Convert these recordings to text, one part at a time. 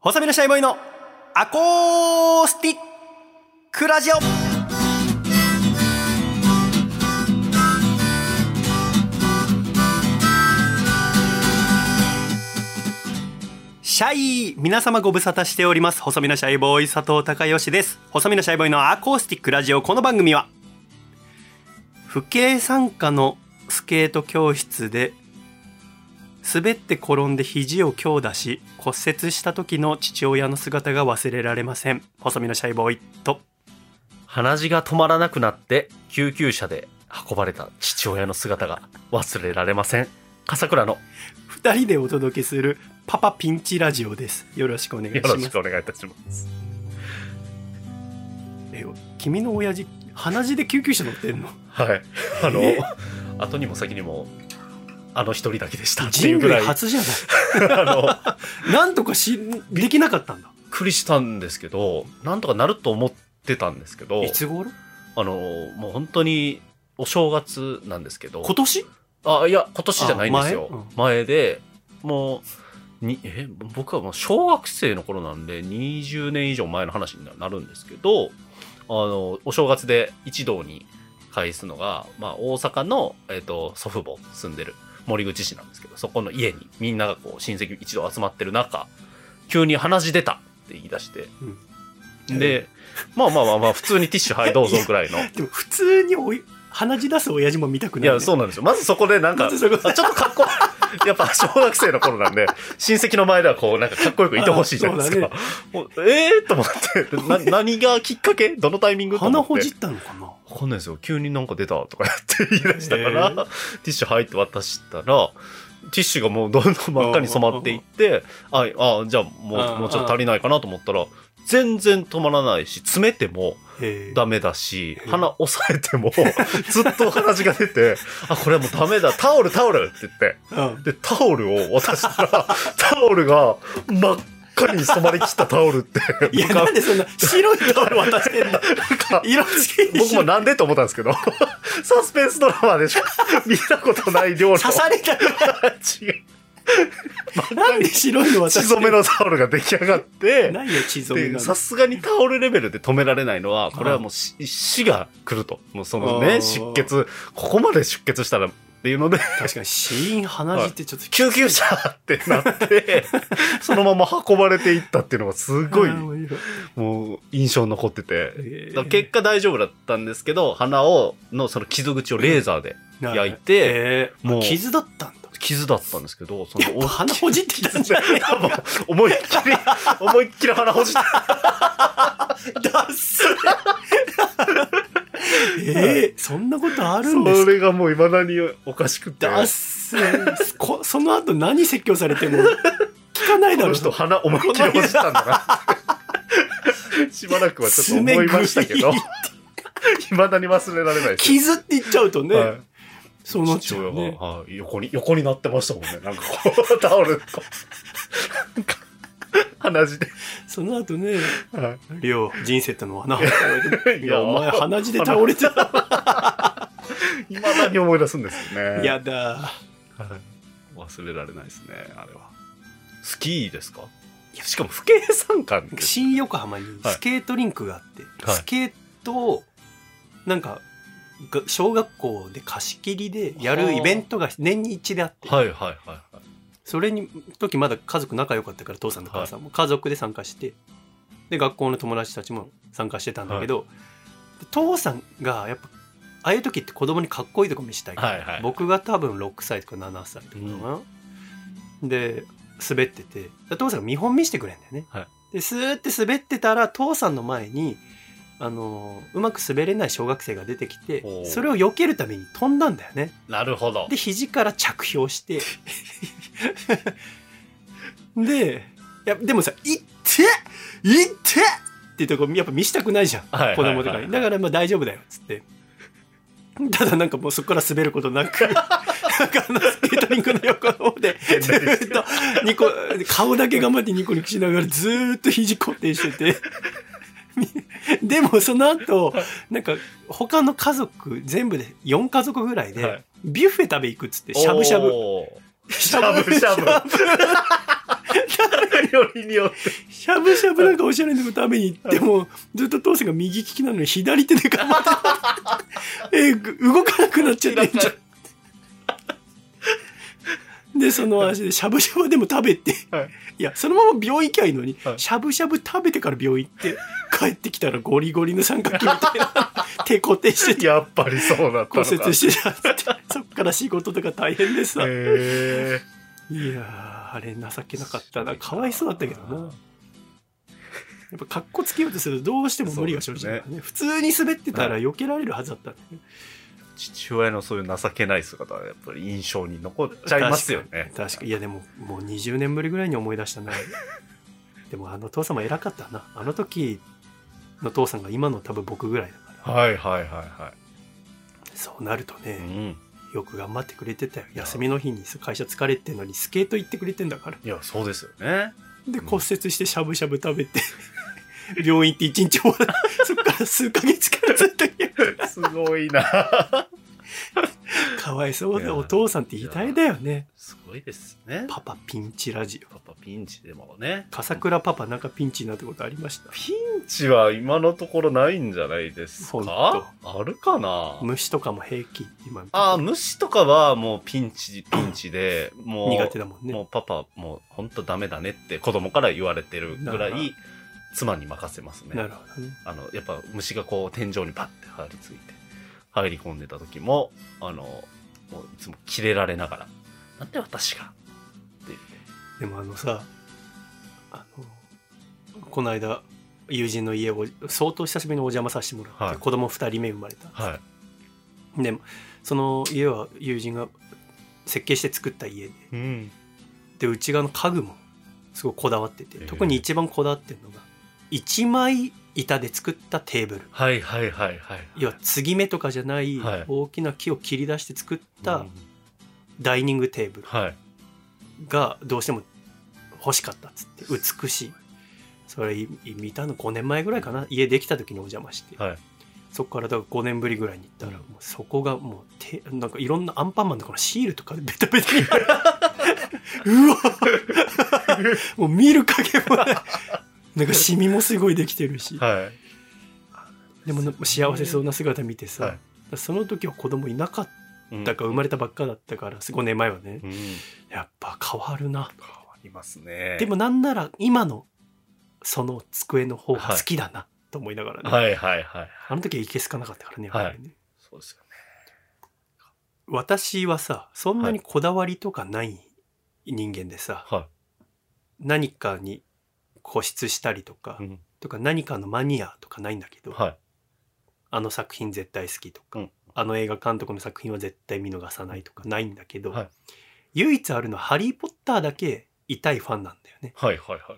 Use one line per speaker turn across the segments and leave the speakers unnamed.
細身のシャイボーイのアコースティックラジオシャイ皆様ご無沙汰しております細身のシャイボーイ佐藤孝義です細身のシャイボーイのアコースティックラジオこの番組は不景参加のスケート教室で滑って転んで肘を強打し骨折した時の父親の姿が忘れられません細身のシャイボーイと
鼻血が止まらなくなって救急車で運ばれた父親の姿が忘れられません笠倉の
2人でお届けするパパピンチラジオですよろしくお願いし
よ
ま
ろ
す
しくお願いいたします
え君の親父鼻血で救急車乗ってんの
はいあの
え
後にも先にもあの一人だけでしたってい
人
うぐ
類
らいあ
初じゃない
の
なんとかしできなかったんだ
びっくりしたんですけどなんとかなると思ってたんですけど
いつ頃
あのもう本当にお正月なんですけど
今年
あいや今年じゃないんですよ
あ
前,、でもうにえ僕はもう小学生の頃なんで20年以上前の話になるんですけどあのお正月で一堂に会すのが、まあ、大阪の、えっと祖父母住んでる森口市なんですけどそこの家にみんながこう親戚一同集まってる中急に鼻血出たって言い出して、
うん
で、まあまあまあまあ普通にティッシュはいどうぞぐらいの。
でも 普通におい鼻血出す親父も見たく
い
ない、ね、
や、そうなんですよ。まずそこでなんか、
まず
ち
そ
ょ
こ
っとかっこいい。やっぱ小学生の頃なんで、親戚の前ではこう、なんかかっこよくいてほしいじゃないですか。もうええー、と思って、な何がきっかけどのタイミングと思って
鼻ほじったのかな
わかんないですよ。急になんか出たとかやって言い出したから、
へえ
ティッシュ入って渡したら、ティッシュがもうどんどん真っ赤に染まっていって、あ、あ、じゃあも
あ
う、もうちょっと足りないかなと思ったら、全然止まらないし、詰めても、
へえ
ダメだし
う、ん
鼻押さえても、ずっと鼻血が出て、あ、これはもうダメだ、タオル、タオルって言って、
うん
で、タオルを渡したら、 タオルが真っ赤に染まりきったタオルって、
いや、
僕は
なんでそんな白いタオル渡してんの
なんか
色付きに
僕
し
もなんでと思ったんですけど、 サスペンスドラマでしょ見たことない量の
刺され たか
違う
ら、なんで白いの渡
血
して
染めのタオルが出来上がって、
ないよ、血染め
で
が。
さすがにタオルレベルで止められないのは、これはもうし死が来ると。もうその
あー
ね、出血、ここまで出血したらっていうので、
確かに、死因鼻血ってちょっと、
救急車って なって、そのまま運ばれていったっていうのがすごい、
面白
もう印象に残ってて。
い
だから結果大丈夫だったんですけど、鼻を、のその傷口をレーザーで焼いて、
えー
もう
傷だったんだ。
傷だったんですけど、そ
やっ
の、
ぱ鼻ほじってたんじゃ ない
多分思いっきり、思いっきり鼻ほじった。
だっせえーそんなことあるんです
そ
か
れがもう未だにおかしくて。
だっせこその後何説教されても聞かないだろ
この
う
人鼻思いっきり落ちたんだな しばらくはちょっと思いました けど
爪
いまだに忘れられないです
傷って言っちゃうとね、
はい
そうなっち
父
ゃ
親
う
が、
ね。
はい、横に横になってましたもんねなんかこうタオルとなんか鼻血で、
その後ね、
は
りょう、人生ってのはな。
い、
いや、お前鼻血で倒れてた。
いまだに 思い出すんですよね
やだ。
はい忘れられないですねあれはスキーですかしかも不景参観です
新横浜にスケートリンクがあって、
はい
スケートを、なんか、が小学校で貸し切りでやるイベントが年に一であって、
はいはいはいはい
それに、時まだ家族仲良かったから、父さんと母さんも家族で参加して、で、学校の友達たちも参加してたんだけど、で父さんがやっぱ、ああいう時って子供にかっこいいとこ見せたいから
はいはい
僕が多分6歳とか7歳とかかな、で滑ってて父さんが見本見してくれんだよね、
はい
でスーって滑ってたら父さんの前にあのーうまく滑れない小学生が出てきて
おー
それを避けるために飛んだんだよね
なるほど
で肘から着氷して でいやでもさ「いっていって!」ってとこやっぱ見したくないじゃん
はい
子
はいは
供
い
とかに。だからまあ大丈夫だよ、つって。ただなんかもうそこから滑ることなく、なんかあのスケートリンクの横の方で、ずーっとニコ、顔だけ頑張ってニコニコしながらずーっと肘固定してて。 でもその後、なんか他の家族、全部で4家族ぐらい
は
で
い、
ビュッフェ食べ行くっつって、しゃぶしゃぶ。
おー
しゃぶしゃぶ。
よりによって。
しゃぶしゃぶなんかおしゃれなの食べに行っても、ずっと父さんが右利きなのに左手で頑張って た。えーぐ動かなくな っちゃってんじゃん。で、その足でしゃぶしゃぶでも食べて、
はい
いや、そのまま病院行きゃいいのに、
はい
しゃぶしゃぶ食べてから病院行って、帰ってきたらゴリゴリの三角形みたい な、手固定してて、
やっぱりそうだったのか。
骨折してたっつって、そっから仕事とか大変でさ。
へ
いやー、あれ情けなかったな。かわいそうだったけどな。やっぱ格好つけようとするとどうしても無理が生じるからね普通に滑ってたら避けられるはずだったんだよね、
ー父親のそういう情けない姿はやっぱり印象に残っちゃいますよね。
確かに確かにいやでももう20年ぶりぐらいに思い出したなでもあの父さんも偉かったなあの時の父さんが今の多分僕ぐらいだから
はいはいはいは
そうなると
い。う
ね、
ん。
よく頑張ってくれてたよ休みの日に会社疲れてんのにスケート行ってくれてんだから
いや、そうですよね。
で
うん
骨折してしゃぶしゃぶ食べて 病院行って一日終わらそっから数ヶ月からずっと家
すごいな。
かわいそう
いや
だお父さんって偉大だよね
すごいですね。
パパピンチラジオ
パパピンチでもね。
笠倉パパなんかピンチになったことありました
ピンチは今のところないんじゃないです
ほん
かあるかな
虫とかも平気今
あー、虫とかはもうピンチ、ピンチで、もう、
苦手だもんね
もうパパ、もう本当ダメだねって子供から言われてるぐ
な
ら
るほど
い、妻に任せますね。
なるほどね
あの、やっぱ虫がこう天井にパッて張り付いて、入り込んでた時も、あの、もういつもキレられながら、なんで私がって言って
でもあのさあのこの間友人の家を相当久しぶりにお邪魔させてもらって、
はい
子供2人目生まれた
はい。
でその家は友人が設計して作った家で
うん。
でうち側の家具もすごいこだわってて
ええ
特に一番こだわってるのが一枚板で作ったテーブル
はいはいはいはい。
要は継ぎ目とかじゃない
はい
大きな木を切り出して作っ
う
た
ん
ダイニングテーブル
はい。
がどうしても欲しかったっつって美しいそれい見たの5年前ぐらいかな家できた時にお邪魔して
はい。
そこからだから5年ぶりぐらいに行ったら
うん
もうそこがもうてなんかいろんなアンパンマンのこのシールとかでベタベ タにうわもう見る影もないなんかシミもすごいできてるし
はい。
でもな幸せそうな姿見てさ、
はい
だからその時は子供いなかっ
うん
たか生まれたばっかだったから5年前はね
うん。
やっぱ変わるな
変わりますね。
でもなんなら今のその机の方が好きだなと思いながらね、
はいはいはい。
あの時はいけすかなかったからねやっぱりね、
そうですよね。
私はさそんなにこだわりとかない人間でさ、
は
何かに固執したりとか、
い。うん
とか何かのマニアとかないんだけど、
はい。
あの作品絶対好きとか、
うん
あの映画監督の作品は絶対見逃さないとかないんだけど、
はい
唯一あるのは「ハリー・ポッター」だけ痛いファンなんだよね。
はいはいは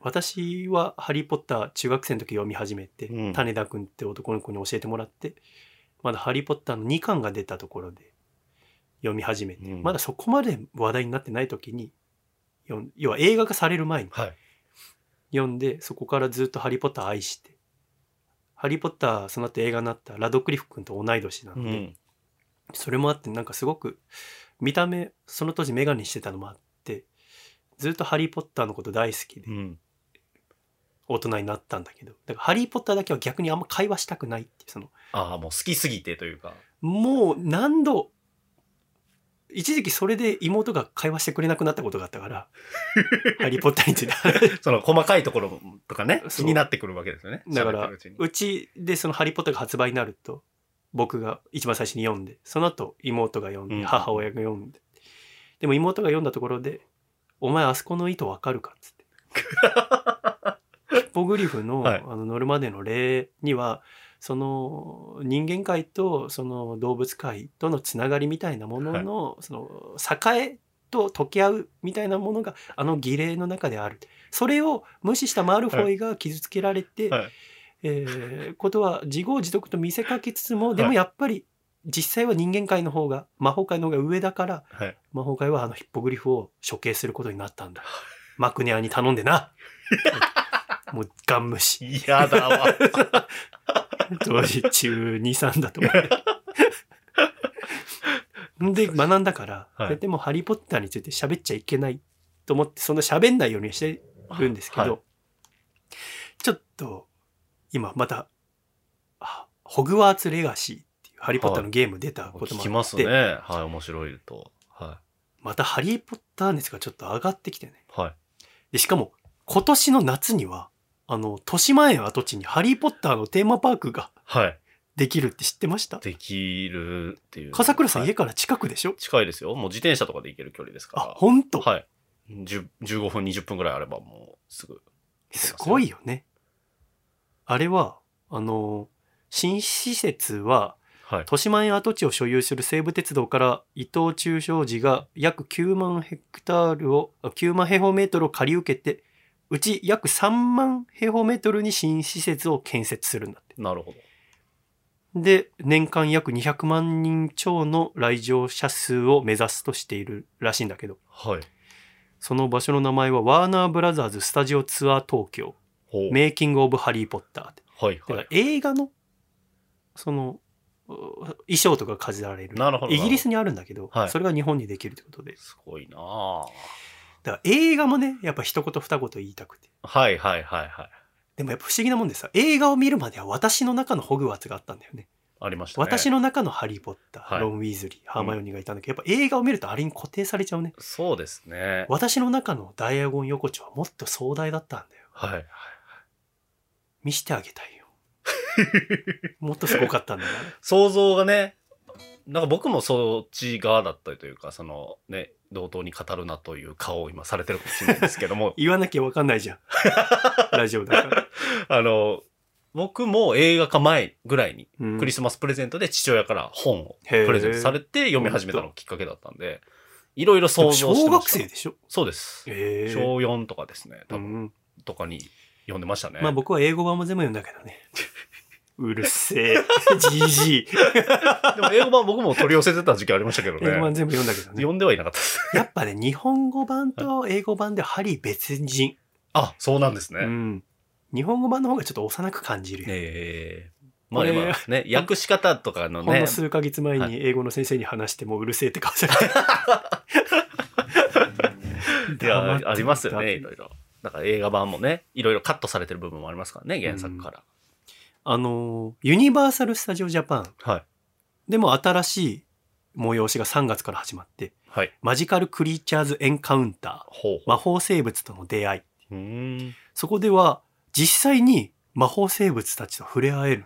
私は「ハリー・ポッター」中学生の時読み始めて、
うん
種田君って男の子に教えてもらってまだ「ハリー・ポッター」の2巻が出たところで読み始めて、
うん
まだそこまで話題になってない時に読ん要は映画化される前に
い。はい。
読んでそこからずっと「ハリー・ポッター」愛して「ハリー・ポッター」その後映画になったラドクリフ君と同い年な
う
ので、
ん。
それもあってなんかすごく見た目その当時メガネしてたのもあってずっと「ハリー・ポッター」のこと大好きで
うん。
大人になったんだけどだから「ハリー・ポッター」だけは逆にあんま会話したくないっていうその
ああ、もう好きすぎてというか。
もう何度一時期それで妹が会話してくれなくなったことがあったから「ハリー・ポッター」について
その細かいところとかね、
そう
気になってくるわけですよね。
だから
喋ってるうちに
うちでその「ハリー・ポッター」が発売になると僕が一番最初に読んでその後妹が読ん
うん
で母親が読んで、でも妹が読んだところで「お前あそこの意図わかるか?」っつ って。ヒッポグリフの,、
はい
あの乗るまでの例にはその人間界とその動物界とのつながりみたいなものの,、その栄と溶け合うみたいなものがあの儀礼の中であるそれを無視したマルフォイが傷つけられて、
はい
えーことは自業自得と見せかけつつも、
い
でもやっぱり実際は人間界の方が魔法界の方が上だから
はい。
魔法界はあのヒッポグリフを処刑することになったんだマクネアに頼んでなもうガン無視
嫌 だわ。
当時中23だと思って。で学んだから、
はい
でも「ハリー・ポッター」について喋っちゃいけないと思って、そんな喋んないようにしてるんですけど、
はい
ちょっと、今また、あホグワーツレガシーっていうハリーポッターのゲーム出たこと
聞
も
き
あ
ま
っ
す
て、
ね。はい、面白いと。は
またハリーポッター熱がちょっと上がってきてね。
い。はい。
で、しかも、今年の夏には、あの、豊島園跡地にハリーポッターのテーマパークが
はい。
できるって知ってました
できるっていう。
笠倉さん
はい
家から近くでしょ、
近いですよ。もう自転車とかで行ける距離ですから。
あ、ほんと、
はい。10 15分、20分ぐらいあればもうすぐ。
すごいよね。あれは、あの、新施設は、
はい。
豊島園跡地を所有する西武鉄道から伊藤忠商事が約9万ヘクタールを、あ9万平方メートルを借り受けて、うち約3万平方メートルに新施設を建設するんだって。
なるほど。
で、年間約200万人超の来場者数を目指すとしているらしいんだけど、
はい。
その場所の名前はワーナーブラザーズスタジオツアー東京、
ほう。
メイキングオブハリーポッターって。
はい
だか
は
ら
い。
映画の、その、う衣装とか飾られる。
なるほど
イギリスにあるんだけど、
はい
それが日本にできるってことで。
すごいなあ
だから映画もね、やっぱ一言二言言いたくて。
はいはいはいはい。
でもやっぱ不思議なもんでさ、映画を見るまでは私の中のホグワーツがあったんだよね。
ありましたね。
私の中のハリー・ポッター、
はい
ロン・ウィーズリー、ハーマイオニーがいたんだけど、やっぱ映画を見るとあれに固定されちゃうね。
そうですね。
私の中のダイアゴン横丁はもっと壮大だったんだよ。
はいはい。
見してあげたいよ。 もっとすごかったんだから。、
想像がね、なんか僕もそっち側だったりというか、そのね、同等に語るなという顔を今されてるかもしれないですけども
言わなきゃわかんない じゃん。ラジオだから。
あの、僕も映画化前ぐらいに、
うん
クリスマスプレゼントで父親から本を
へー
プレゼントされて読み始めたのがきっかけだったんで、いろいろ想像してました。
小学生でしょ
そうです。
え
小4とかですね、多
う
分、
ん。
とかに読んでましたね。
まあ僕は英語版も全部読んだけ どね。うるせえ。じじい。
でも英語版僕も取り寄せてた時期ありましたけ
英
ど
語版
ね。
全部読んだけどね。
読んではいなかったです。
やっぱね、日本語版と英語版でハリー別人。
あ、そうなんですね。
うん。日本語版の方がちょっと幼く感じるよ。
ええまあ
これ
今ね、訳し方とかの
ほん
ね
の、数ヶ月前
は
に英語の先生に話してもううるせえって顔されて。
い
黙
や
って
ありますよね、いろいろ。だから映画版もね、いろいろカットされてる部分もありますからね、原作から。
あの、ユニバーサル・スタジオ・ジャパン
はい。
でも新しい催しが3月から始まって、
はい。
マジカル・クリーチャーズ・エンカウンタ
ほ
ー、魔法生物との出会い。
う。うーん。へ
そこでは実際に魔法生物たちと触れ合える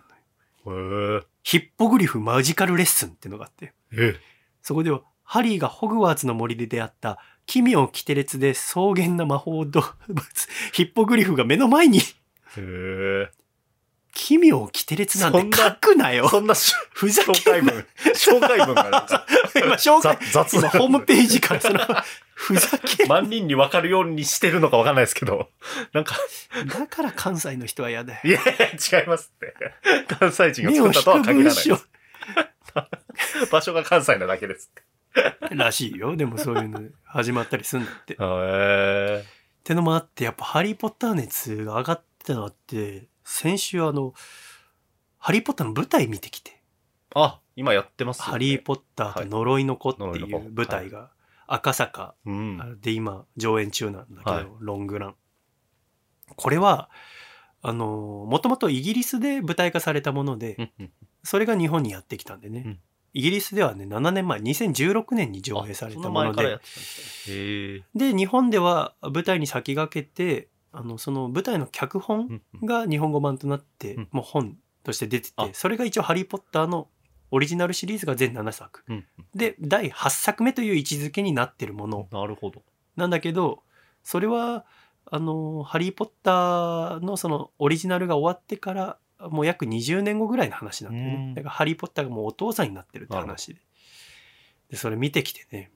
のよ。
え。
ヒッポグリフ・マジカル・レッスンってのがあって。
え
そこでは、ハリーがホグワーツの森で出会った、奇妙奇テレツで草原な魔法動物、 ヒッポグリフが目の前に、
へ
奇妙奇テレツなんて
そんな
書くな
え。
よ
そんなし
ふざ
紹
け
介
んな
文、紹介文がなんか
今、 紹介
ざ、雑
今、
な
ホームページからその、 ふざけんな
万人に分かるようにしてるのか分かんないです けど、なんか、
だから関西の人は嫌だよ。
いや違いますって。関西人が
目を
作っ
引
たとは
く
限
文
らない。
章
場所が関西なだけですって。
らしいよ。でもそういうの始まったりするんだって。っ
へえ。
てのもあって、やっぱハリーポッター熱が上がってたのあって、先週あの、ハリーポッターの舞台見てきて。
あ、今やってますよね
ハリー・ポッターと呪いの子って
は
い
い呪いの
う
子
舞台が赤坂
うん。
で今上演中なんだけ
はい
ど、ロングラン。これは、あの、もともとイギリスで舞台化されたもので、それが日本にやってきたんで
う
ね
ん。
イギリスではね、7年前、2016年に上映されたもので、
へえ。
で、日本では舞台に先駆けて、あの、その舞台の脚本が日本語版となって
うん、
もう本として出て
あ
て、それが一応ハリー・ポッターのオリジナルシリーズが全7作。
うん
で第8作目という位置づけになってるもの
なるほど。
なんだけどそれはあの「ハリー・ポッター」のそのオリジナルが終わってからもう約20年後ぐらいの話なんだよ
う
ね
ん
だから「ハリー・ポッター」がもうお父さんになってるって話ででそれ見てきてね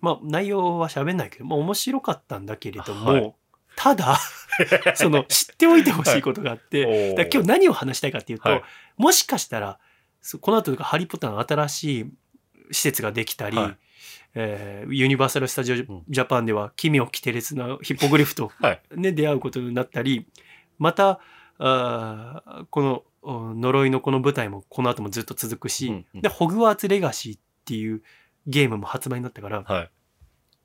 まあ内容は喋んないけど、まあ、面白かったんだけれども、
はい
ただ その知っておいてほしいことがあって、
おー
だから今日何を話したいかっていうと、
はい
もしかしたらそこの後とか「ハリー・ポッター」の新しい施設ができたり、
はい
えーユニバーサル・スタジオ・ジ
うん
ャパンでは奇妙奇てれつなヒッポグリフと、
はい
ね出会うことになったりまたあーこのお呪いのこの舞台もこの後もずっと続くし、
うんうん
でホグワーツ・レガシーっていうゲームも発売になったから
はい。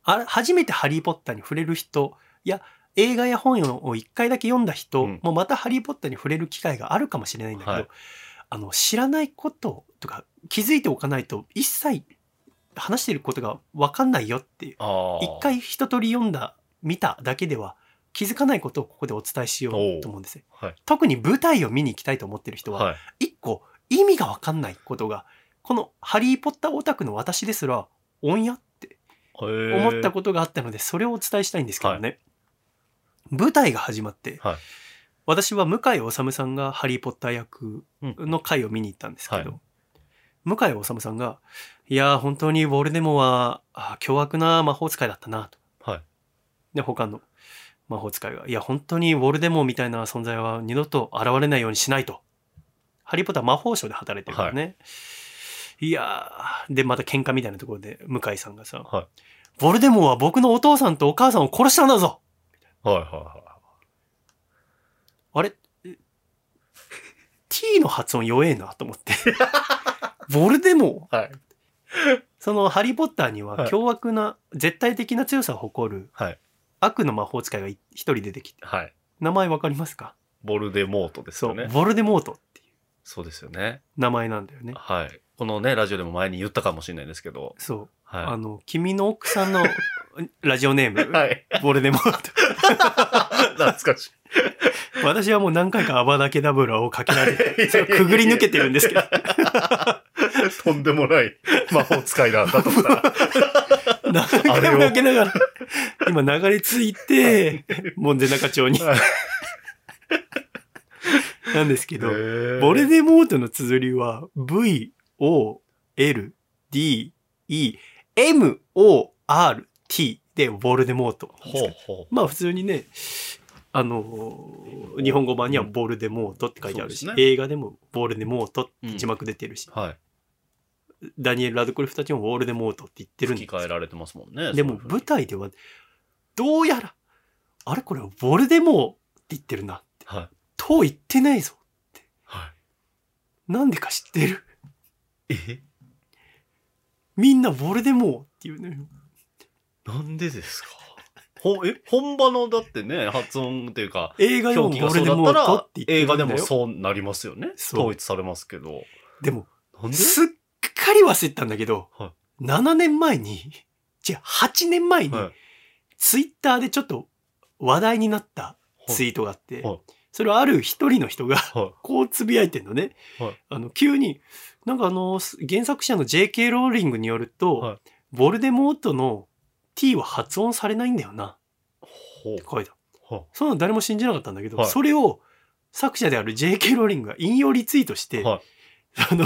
あ初めてハリーポッターに触れる人や、映画や本を一回だけ読んだ人
うん
もまたハリーポッターに触れる機会があるかもしれないんだけど、
はい
あの、知らないこととか気づいておかないと一切話していることがわかんないよっていう。
あー
一回一通り読んだ、見ただけでは気づかないことをここでお伝えしようと思うんですよ。
はい
特に舞台を見に行きたいと思ってる人は、
はい
一個意味がわかんないことが、このハリーポッターオタクの私ですら、オンやって思った
こ
ことがあったので、それをお伝えしたいんですけどね。舞台が始まって、
はい
私は向井治さんがハリー・ポッター役の回を見に行ったんですけど、
は
向井治さんが、いやー、本当にウォルデモは、あー凶悪な魔法使いだったな、と。
とはい
で、他の魔法使いが、いや、本当にウォルデモみたいな存在は二度と現れないようにしないと。ハリー・ポッター魔法省で働いてるからね。い、やー、で、また喧嘩みたいなところで、向井さんがさ、
は
ボルデモは僕のお父さんとお母さんを殺したんだぞ
いはいは
あれえ ?t の発音弱えなと思 って。ボルデモ
いはい
そのハリー・ポッターに
は
はい凶悪な、絶対的な強さを誇る
はい
悪の魔法使いがい一人出てきて。
はい
名前わかりますか
ボルデモートです
そ
よ
う、
ね
ボルデモートっていう
そうですよね
名前なんだよね。
はいこのねラジオでも前に言ったかもしれないですけど
そう。あ
は
の、君の奥さん のラジオネー
い
ム、
はい
ボルデモート。
懐かし
私はもう何回かアバダケダブラをかけら れて、
い
それをくぐり抜けてるんですけど。
とんでもない魔法使いだだ としたら
何回も避けながら、今流れ着いて、門前仲町に
はい。
なんですけど、ボ
ボ
ルデモートの綴りは、V, O, L, D, E, M, O, R, T で、ボルデモートなんですけ
ほ
ど
うほう
まあ普通にね、あのー日本語版にはボルデモートって書いてあるし、
そうですね
映画でもボルデモートって字幕出てるし、
はい
ダニエル・ラドクリフたちもボルデモートって言ってるん
吹
で
き替えられてますもんね
でも
そういうふうに
舞台では、どうやら、あれこれ、ボルデモーって言ってるなって。
はい
と言ってないぞ。
は
なんでか知ってる。
いえ
みんなボルデモーっていうのよ。
なんでですかほえ本場のだってね発音っていうか
映画でも
表記が
ボ
そ
ル
う
デ
だ
モ
っ
ー
た
ト
ら
って言ってる
映
んだ
画
よ。
でもそうなりますよね
そう
統一されますけど
でも
なんです
っかり忘れてたんだけど、
は
7年前に、違う、8年前に、
はい
ツイッターでちょっと話題になったツイートがあって、
はい
それはある一人の人が、
はい
こうつぶやいてんのね。
はい
あの急に、なんかあの、す原作者の J.K. ローリングによると、
はい
ボルデモートの t は発音されないんだよな、
ほ
って書いた。
うは
そんなの誰も信じなかったんだけど、
はい
それを作者である J.K. ローリングが引用リツイートして、
はい
あの、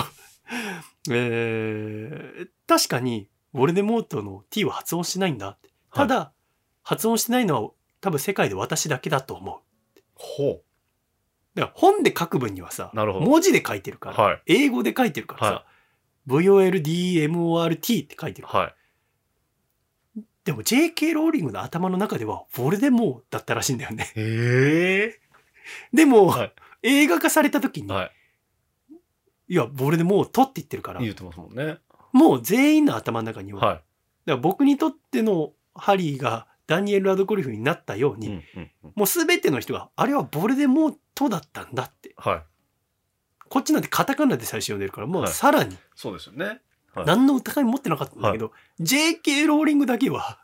えー確かに、ボルデモートの t は発音しないんだって。ただ、発音してないのは多分世界で私だけだと思う。
ほ
だから本で書く分にはさ、
なるほど
文字で書いてる
う
から、
はい
英語で書いてるからさ、
は
VOLDMORT って書いてる。
はい
でも JK ローリングの頭の中では、ボルデモーだったらしいんだよね。
え
でも、
はい
映画化された時
え
に、
はい
い、や、ボルデモートって言ってるから、
言ってますもんね
もう全員の頭の中には、だか
は
ら僕にとってのハリーがダニエル・ラドクリフになったよう
い
に、
うんうんうん
もう全ての人が、あれはボルデモートだったんだって。
はい
こっちなんてカタカナで最初読んでるから、もう
はい
さらに、
そうですよねはい
何の疑いも持ってなかったんだけど、JK ローリングだけは、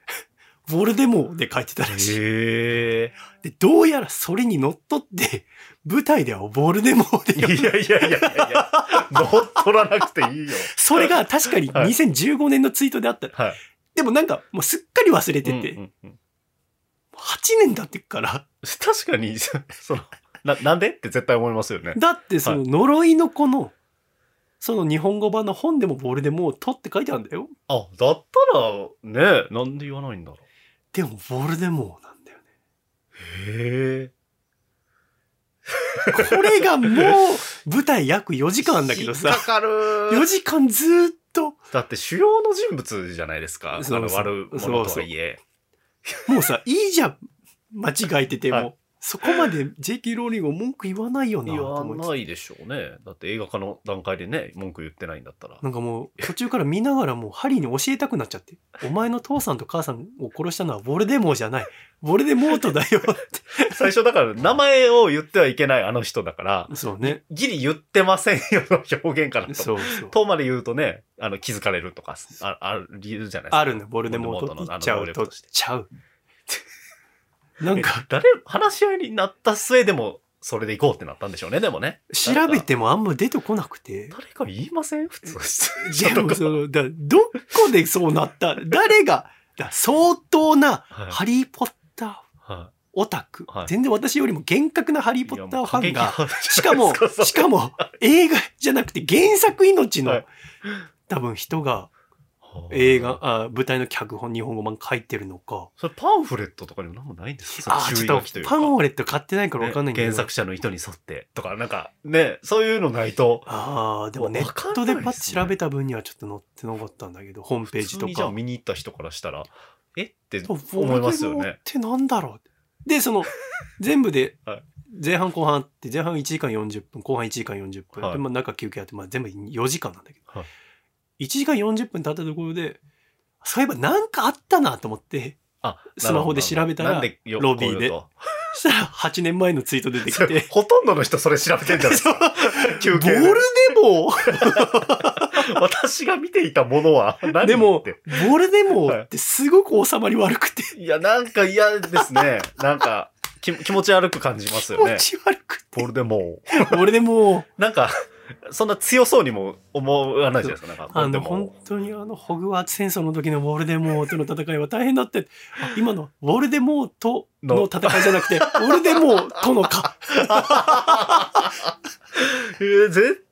ボルデモーで書いてたらしい。
へえ
で、どうやらそれに乗っ取って、舞台ではボルデモー
い
で
や
呼ぶ
いやいやいやい や乗っ取らなくていいよ
それが確かに
はい
2015年のツイートであった。
はい
でもなんか、もうすっかり忘れてて、
うんうんうん
8年経ってっから、
確かに そそのななんでって絶対思いますよね
だってその呪いの子の、その日本語版の本でもボルデモートって書いてあるんだよ。
あ、だったら、ね、なんで言わないんだろう。
でもボルデモーなんだよね。
へえ。
これがもう、舞台約4時間あんだけど
引
さ
っ、かかる
4時間ずーっと、
だって主要の人物じゃないですか。
そうそう
あの悪者とはいえ。
もうさ、いいじゃん。間違えてても。そこまで JK ローリングを文句言わないよな
言
と
わ
思いつつ
ないでしょうね。だって映画化の段階でね、文句言ってないんだったら。
なんかもう途中から見ながらもうハリーに教えたくなっちゃって「お前の父さんと母さんを殺したのはボルデモーじゃないボルデモートだよ」っ
最初だから名前を言ってはいけないあの人だから
て、 そうね
ギリ言ってませんよの表現かなと。
そうそう
とまで言うとね、あの気づかれるとか、あある理由じゃないですか。
あるねボルデモート
ボルデモートの
行
あ
っ
の
ちゃう
能力
と
として
ちゃうなんか
誰、話し合いになった末でも、それで行こうってなったんでしょうね、でもね。
調べてもあんま出てこなく て
誰か言いません普通。
でもそのだどこでそうな った誰がだ相当な
はい
ハリー・ポッター
は
オタク、
はい
全然私よりも厳格なハリ
い
ー・ポッターファンが、 し
し
かも、しかも、映画じゃなくて原作命の、
はい
多分人が映画、。あ舞台の脚本、日本語版書いてるのか。
それパンフレットとかにも何もないんですか
あー、
注意
ちょ
書
っ
きとい
と
う
パ
か
ンフレット買ってないからわかんないんだけ
ね原
ど。
作者の意図に沿ってとか、なんか、ね、そういうのないと。
ああ、でもネットでパッと調べた分にはちょっと載ってなかったんだけど、ホームページ
普通
と
にじゃあ
か。
見に行った人からしたら、えって
そう
思いますよ
ボルデモート
ね
っ。てなんだろうで、その、 全部で
はい、
前半後半あって、前半1時間40分、後半1時間40分、
はい
でまあ中休憩あって、まあ、全部4時間なんだけど、
は
1時間40分経ったところで、そういえばなんかあったなと思って、
あ、
スマホで調べたら
なんでよ
ロビーで
こういうと
そしたら8年前のツイート出てき
それ
て、
ほとんどの人それ調べてんじ ゃないですか。 休
ボ
憩
ル
で
デモー
私が見ていたも のは何
でも
って、
ボルデモーってすごく収まり悪くて、
いや、なんか嫌です ね。なんか、き気持ち悪く感じます
気
よ
持
ね。
ち悪く
ボ
て、
ルデモー。
ボルデモー、
なんか、そんな強そうにも思わないじゃないですか。なんか、
あ
ボルデ
の、
モ
本当にあの、ホグワーツ戦争の時のウォルデモーとの戦いは大変だって、あ今のウォルデモーとの戦いじゃな くて、ウォルデモーとのか。
ー。えー絶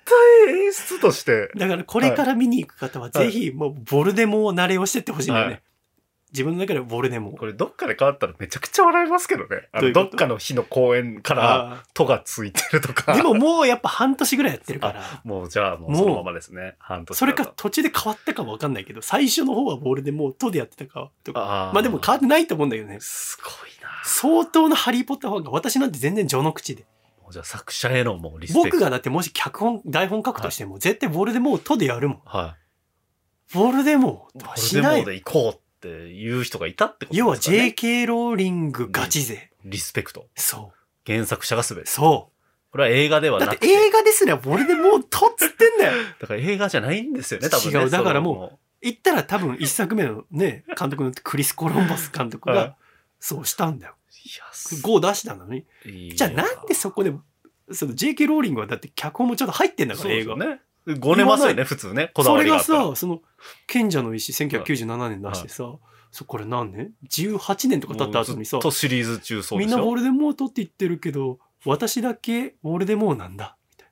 対演出として。
だからこれから見に行く方は、
はい
ぜひ、もう、ボルデモー慣れをしてってほしいんだよね。
はい
自分の中ではボルデモー。
これどっかで変わったらめちゃくちゃ笑いますけどね。あ
どういう
の
こ
ど
と
っかの日の公演から
あ
「と」がついてると
ー
か。
でももうやっぱ半年ぐらいやってるから、
もうじゃあもうそのままですね。半年だと。
それか途中で変わったかもわかんないけど、最初の方はボルデモーとでやってたかとか。
あー
まあでも変わってないと思うんだけどね。
すごいな。
相当なハリー・ポッターファンが私なんて全然序の口で。
もうじゃあ作者へのもうリスペクト。
僕がだってもし脚本、台本書くとしても、絶対ボルデモーとでやるもん。
は
ボルデモー
い。
と
ボ
は
ル
し
デモ
ない
ー。で行こうっていう人がいたってことですかね。
要は JK ローリングガチ勢。
リスペクト。
そ
原作者が全
う。
て。
そ
これは映画で
う。
は
だ
な
っ
く
て
て。
映画ですらボルデモーとっつってんだよ。
だから映画じゃないんですよね、多分ね。
違うだからもう
その
言ったら多分一作目の ね、監督のクリス・コロンバス監督
はい
が、そうしたんだよ。
いや、す
5出したのに。
いい
じゃあなんでそこで、その JK ローリングはだって脚本もちょっと入ってんだから、映画。
ね。5年ますよね、普通ね。こだ
そ
わ
れ
りがあ
が
ったら。
さ、その、賢者の石1997年出してさ、そこれ何年 ?18 年とか経った後にさ
もうずっ、とシリーズ中そうで
みん
す
なウォ
よ。
ルデモートって言ってるけど、私だけウォルデモーなんだ。みたい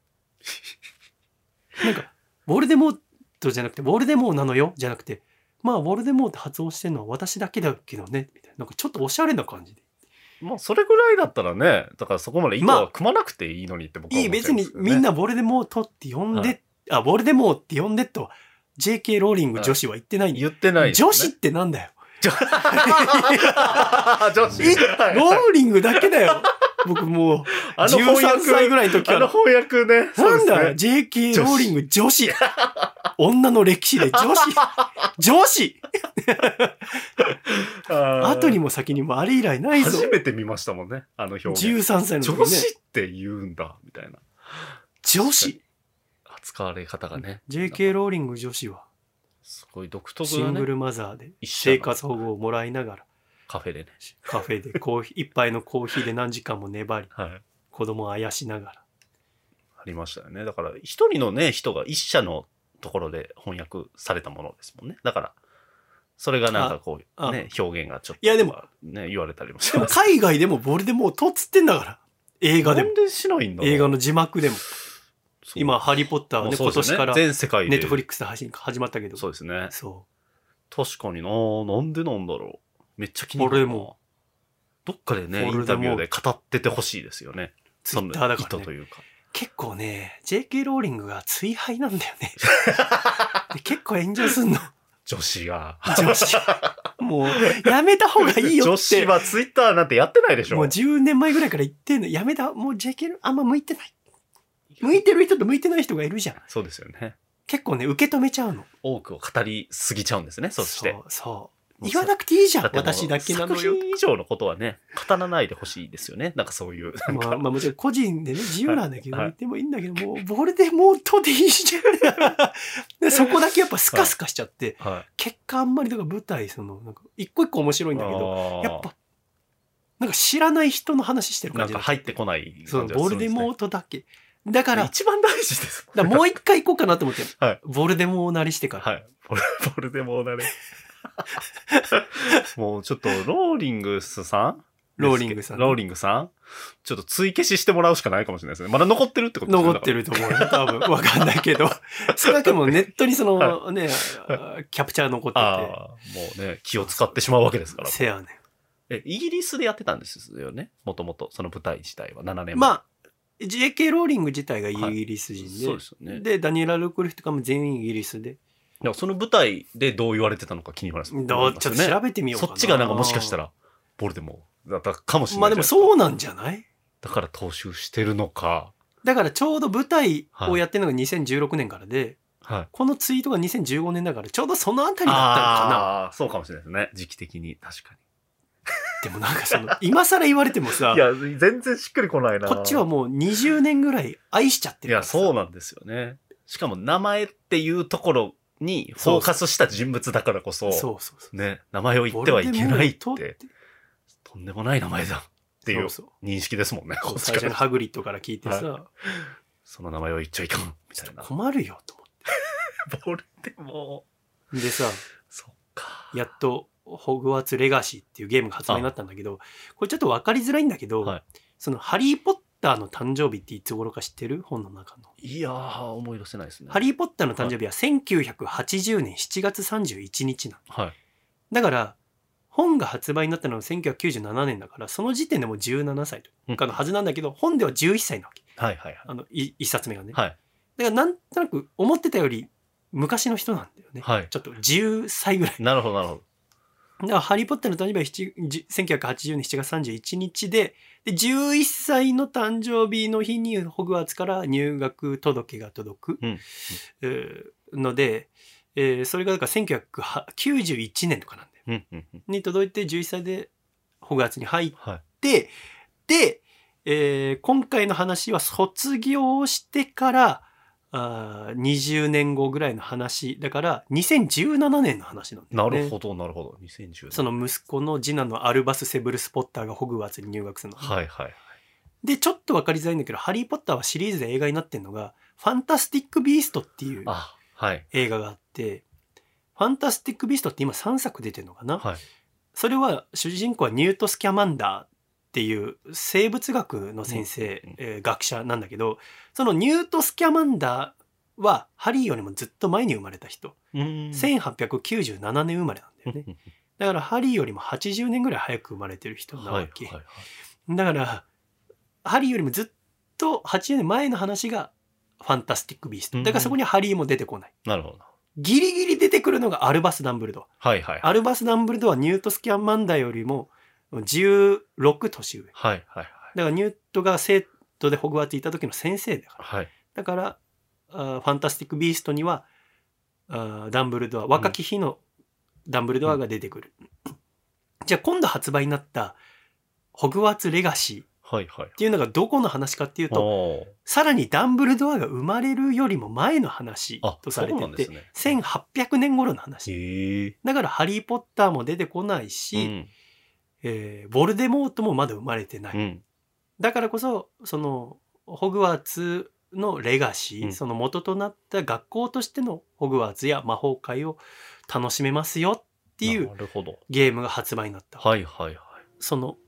な。なんか、ウォルデモートじゃなくて、ウォルデモーなのよじゃなくて、まあ、ウォルデモート発音してるのは私だけだけどね。みたいな。なんかちょっとおしゃれな感じで。
まあ、それぐらいだったらね、だからそこまで意図は組まなくていいのにって僕は思
い
っ
い、
ち
別
ゃうんで
に
すけどね
みんなウォルデモートって呼んで、
はい
あ、ウォルデモーって呼んでと、JK ローリング女子は言ってないんだよ
言ってないですね。
女子ってなんだよ。
女子
え
は い
ローリングだけだよ。僕もう、
あの翻
13歳ぐ
訳、
らいの時か
あの
ら。
翻訳ね。そう
なん
ですね
だよ、JK ローリング女子。女の歴史で女子。女子
あー
後にも先にもあれ以来ないぞ
初。めて見ましたもんね、あの表現。
13歳の時
女
ね。
子って言うんだ、みたいな。
女子。
扱われ方がね、
JK ローリング女子は、
すごい独特
シ
な
ング
ね、
ルマザーで
一緒
生
な
活保護をもらいながら、
カフェでね。
カフェでコーヒ ー、一杯のコーヒーで何時間も粘り、
はい。
子供をあやしながら。
ありましたよね。だから、一人のね、人が一社のところで翻訳されたものですもんね。だから、それがなんかこ
あ
う、ね、表現がちょっ
い
と、
やでも、
ね、言われたりもし
でも
ます。
海外でもボルデモートっつってんだから。映画で
な
も
ん。でしないんだろう
映画の字幕でも。
そう
今、ハリーポッターは
もう
ね、
そう
今
です
年
よね
から、ネ
全世界で。
ットフリックスで配信始まったけど。
そうですね。
そう。
確かにななんでなんだろう。めっちゃ気にな
俺
るな。
も
どっかでね、イ
俺でも
ンタビューで語っててほしいですよね。
ツイッターだか
そ
ら、
の意図と
ね、
いうか。
結構ね JK ローリングが追敗 なんだよねで結構炎上すんの
女子が。
女子もう、やめた方がいいよ
女
っ
子
て。
はツイッターなんてやってないでしょ
もう10年前ぐらいから言ってんの。やめた、もう JK あんま向いてない。向いてる人と向いてない人がいるじゃん。
そうですよね。
結構ね、受け止めちゃうの。
多くを語りすぎちゃうんですね、そして。
そう。そう
もう
言わなくていいじゃん
っ。てもう
私だけなのよ
作。品以上のことはね、語らないでほしいですよね。なんかそういう。なん
ま
か
あ、まあもちろん個人でね、自由なんだけど、
はい
言ってもいいんだけど、もう、ボルデモートでいいじゃん。でそこだけやっぱスカスカしちゃって、
はい。
結果あんまり、だから舞台、その、なんか、一個一個面白いんだけど、
ど
やっぱ、なんか知らない人の話してる
な
感
ん
じ
か
だ
入ってこない
そう、
感じが
ボ
す
ル
るんで
デ
すね
モートだけ。だから、
一番大事です。
だからもう一回行こうかなと思って、
はい
ボルデモーなりしてから。
はい。ボル ボルデモー だね。もうちょっと、ローリングスさん
ローリングさん
ローリングさんちょっと追消ししてもらうしかないかもしれないですね。まだ残ってるってことですね。
残って
る。
ると思うよ。多分、わかんないけど。それだけもうネットにその、ね、キャプチャー残ってて。
ああ、もうね、気を使ってしまうわけですから。
せやねん
え、イギリスでやってたんですよね。もともと、その舞台自体は7年前。あ、
まあ、JK ローリング自体がイギリス人で、
そうですよね。で、
でダニエラ・ルクリフとかも全員イギリスで、
その舞台でどう言われてたのか気になります。
どうちょっと調べてみようか
そ
な。
っちがなんかもしかした
ら。
ら、ボルデモーだったかもしれない。
まあでも
う。
そうなんじゃない
だから踏襲してるのか。
だからちょうど舞台をやってるのが2016年からで、
はい。
このツイートが2015年だからちょうどそのあたりだったのかな。
ああー、そうかもしれないですね。時期的に、確か
でもなんかその、今更言われてもさ
に。い、や、全然しっくりこないな。
こっちはもう20年ぐらい愛しちゃって
い
るか
や、
らさ。
そうなんですよね。しかも、名前っていうところにフォーカスした人物だからこそ、
そうそうそう。
ね、名前を言ってはいけないって、
ボルデモート
とんでもない名前だっていう
そう
認識ですもんね、
そう
こっち
最初
か
の
ら。
ハグリッドから聞いてさ、
その名前を言っちゃいかん、みたいな。
困るよと思
ボルデモ
って。でさ、
ーそっか。
やっと、ホグワーツ・レガシーっていうゲームが発売になったんだけど、これちょっと分かりづらいんだけど、
はい
その、ハリー・ポッターの誕生日っていつ頃か知ってる本の中の。
いやー、思い出せないですね。
ハリー・ポッターの誕生日は1980年7月31日なの。
はい。
だから、本が発売になったのは1997年だから、その時点でもう17歳とかのはずなんだけど、本では11歳なわけ。
はいはい
あの、い一冊目がね。
はい。
だからなんとなく思ってたより昔の人なんだよね。
はい。はい。
ちょっと10歳ぐらい。
なるほど、なるほど。
だからハリー・ポッターの誕生日は7 1980年7月31日でで、11歳の誕生日の日にホグワーツから入学届が届く、
うん
えーので、えーそれがだから1991年とかなんだよ。
うん、うん、うん。
に届いて11歳でホグワーツに入っ
はい。
て、で、えー今回の話は卒業してから、あー20年後ぐらいの話。だから、2017年の話なんだ
な
よね。
るほど、なるほど。2010年。
その息子の次男のアルバス・セブルス・ポッターがホグワーツに入学するの。
はいはい。
で、ちょっとわかりづらいんだけど、ハリー・ポッターはシリーズで映画になってるのが、ファンタスティック・ビーストっていう
あ、はい。
映画があって、ファンタスティック・ビーストって今3作出てるのかな、
はい。
それは主人公はニュート・スキャマンダーっていう生物学の先生、
うんうん
えー学者なんだけど、そのニュート・スキャマンダーはハリーよりもずっと前に生まれた人。
うん
1897年生まれなんだよね。だからハリーよりも80年ぐらい早く生まれてる人な
は
わ
い
け。
はい。
だからハリーよりもずっと80年前の話がファンタスティック・ビースト。だからそこにはハリーも出てこない。
なるほど。
ギリギリ出てくるのがアルバス・ダンブルドア。
はいはい。
アルバス・ダンブルドアはニュート・スキャンマンダーよりも16年上。だか
はいはい
らニュートが生徒でホグワーツいた時の先生だから。
はい。はい。
だから、あーファンタスティック・ビーストには、あーダンブルドア、若き日のダンブルドアが出てくる。じゃあ今度発売になった、ホグワーツ・レガシーっ
はいはい。
ていうのがどこの話かっていうと、
おー
さらにダンブルドアが生まれるよりも前の話
あ、
とされ
そう
て
なんで
て
す、ね。
1800年頃の話。
へえ。
だから、ハリー・ポッターも出てこないし、
うん
えーボルデモートもまだ生まれてない。
うん。
だからこそ、その、ホグワーツのレガシー、
うん
その元となった学校としてのホグワーツや魔法界を楽しめますよっていう
なるほど。
ゲームが発売になった。
はいはいはい。
その、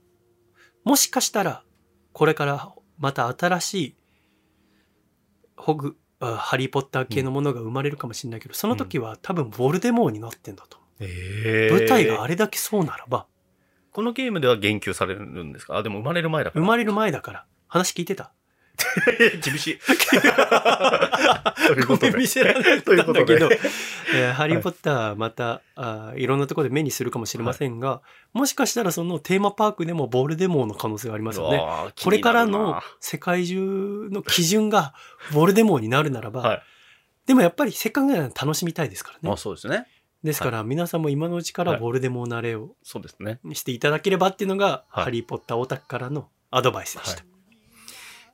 もしかしたら、これからまた新しい、ホグ、あハリー・ポッター系のものが生まれるかもしれないけど、その時は多分ボルデモーになってんだと思う。
え
舞台があ
れ
れだけそうならば、
このゲームでは言及されるんですかあ、でも生まれる前だ
生
から。
まれる前だから、話聞いてた
厳しい。ということ
ごめん見
で。
せられなかった
というこ
んだ
と
けど、
で。
えーハリー・ポッターまた、あーいろんなところで目にするかもしれませんが、もしかしたらそのテーマパークでもボルデモーの可能性がありますよ
う
ね。
わー
これから
気になる
の
な
世界中の基準がボルデモーになるならば、
はい
でもやっぱりせっかくなら楽しみたいですから
ま
ね
あ。そうですね。
ですから皆さんも今のうちから
はい
ボルデモー慣れを
そうですね。
していただければっていうのが、
はい
ハリー・ポッターオタクからのアドバイスでした。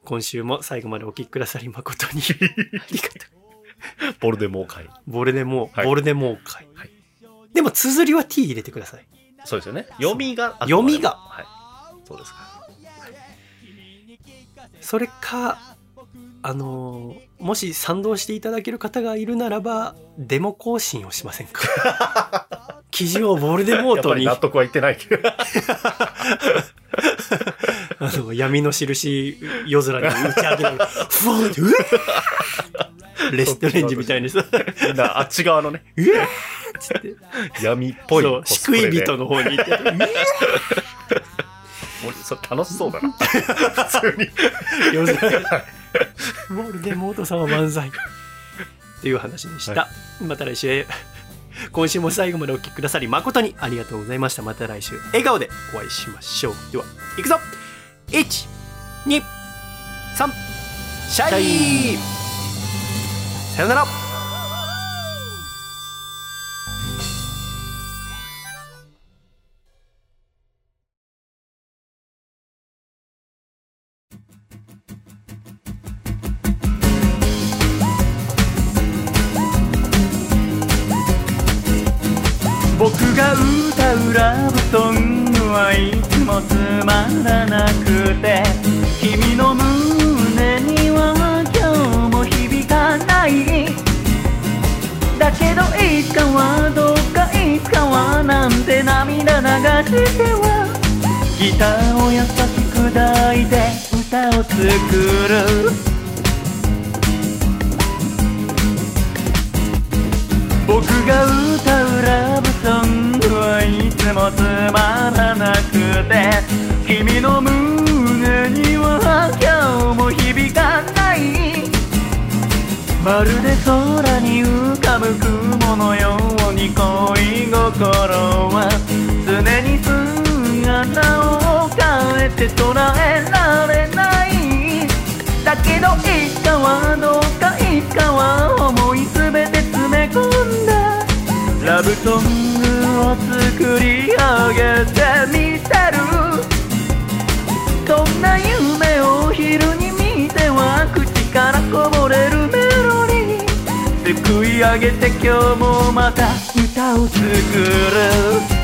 今週も最後までお聞きくださり誠に ありがとう。
ボルデモー会。
ボルデモー、
はい
ボルデモー会。
はい
でも、綴りは t 入れてください。
そうですよね。読みが。
読みが
はい。そうですか。
それか、あのーもし賛同していただける方がいるならば、デモ更新をしませんか 記事をボルデモー
やっぱ
ト
り
に、
納
あ
得はいってないけど。
の、闇の印、夜空に打ち上げられる。ふわーって、うわ ーレストレンジみたいにさ、
みんなあっち側のね、
うわーっつって、
闇っぽ い
そう、
コスプ
救
レ
い
で。
人の方に行って、うわ
俺それ楽しそ うだな。普通に。
ー夜空に、ボルデモート様漫才。っていう話でした。
は
また来週。今週も最後までお聞きくださり誠にありがとうございました。また来週笑顔でお会いしましょう。では、いくぞ !1、2、3、シャイさよなら
僕が歌うラブソングはいつもつまらなくて君の胸には今日も響かないだけどいつかはどうかいつかはなんて涙流してはギターを優しく抱いて歌を作る僕が歌うラブソングはいつもつまらなくて君の胸には今日も響かないまるで空に浮かぶ雲のように恋心は常に姿を変えて捉えられないだけどいつかはどうかいつかは思い全て詰め込んだラブソングを作り上げてみせるそんな夢を昼に見ては口からこぼれるメロディーすくい上げて今日もまた歌を作る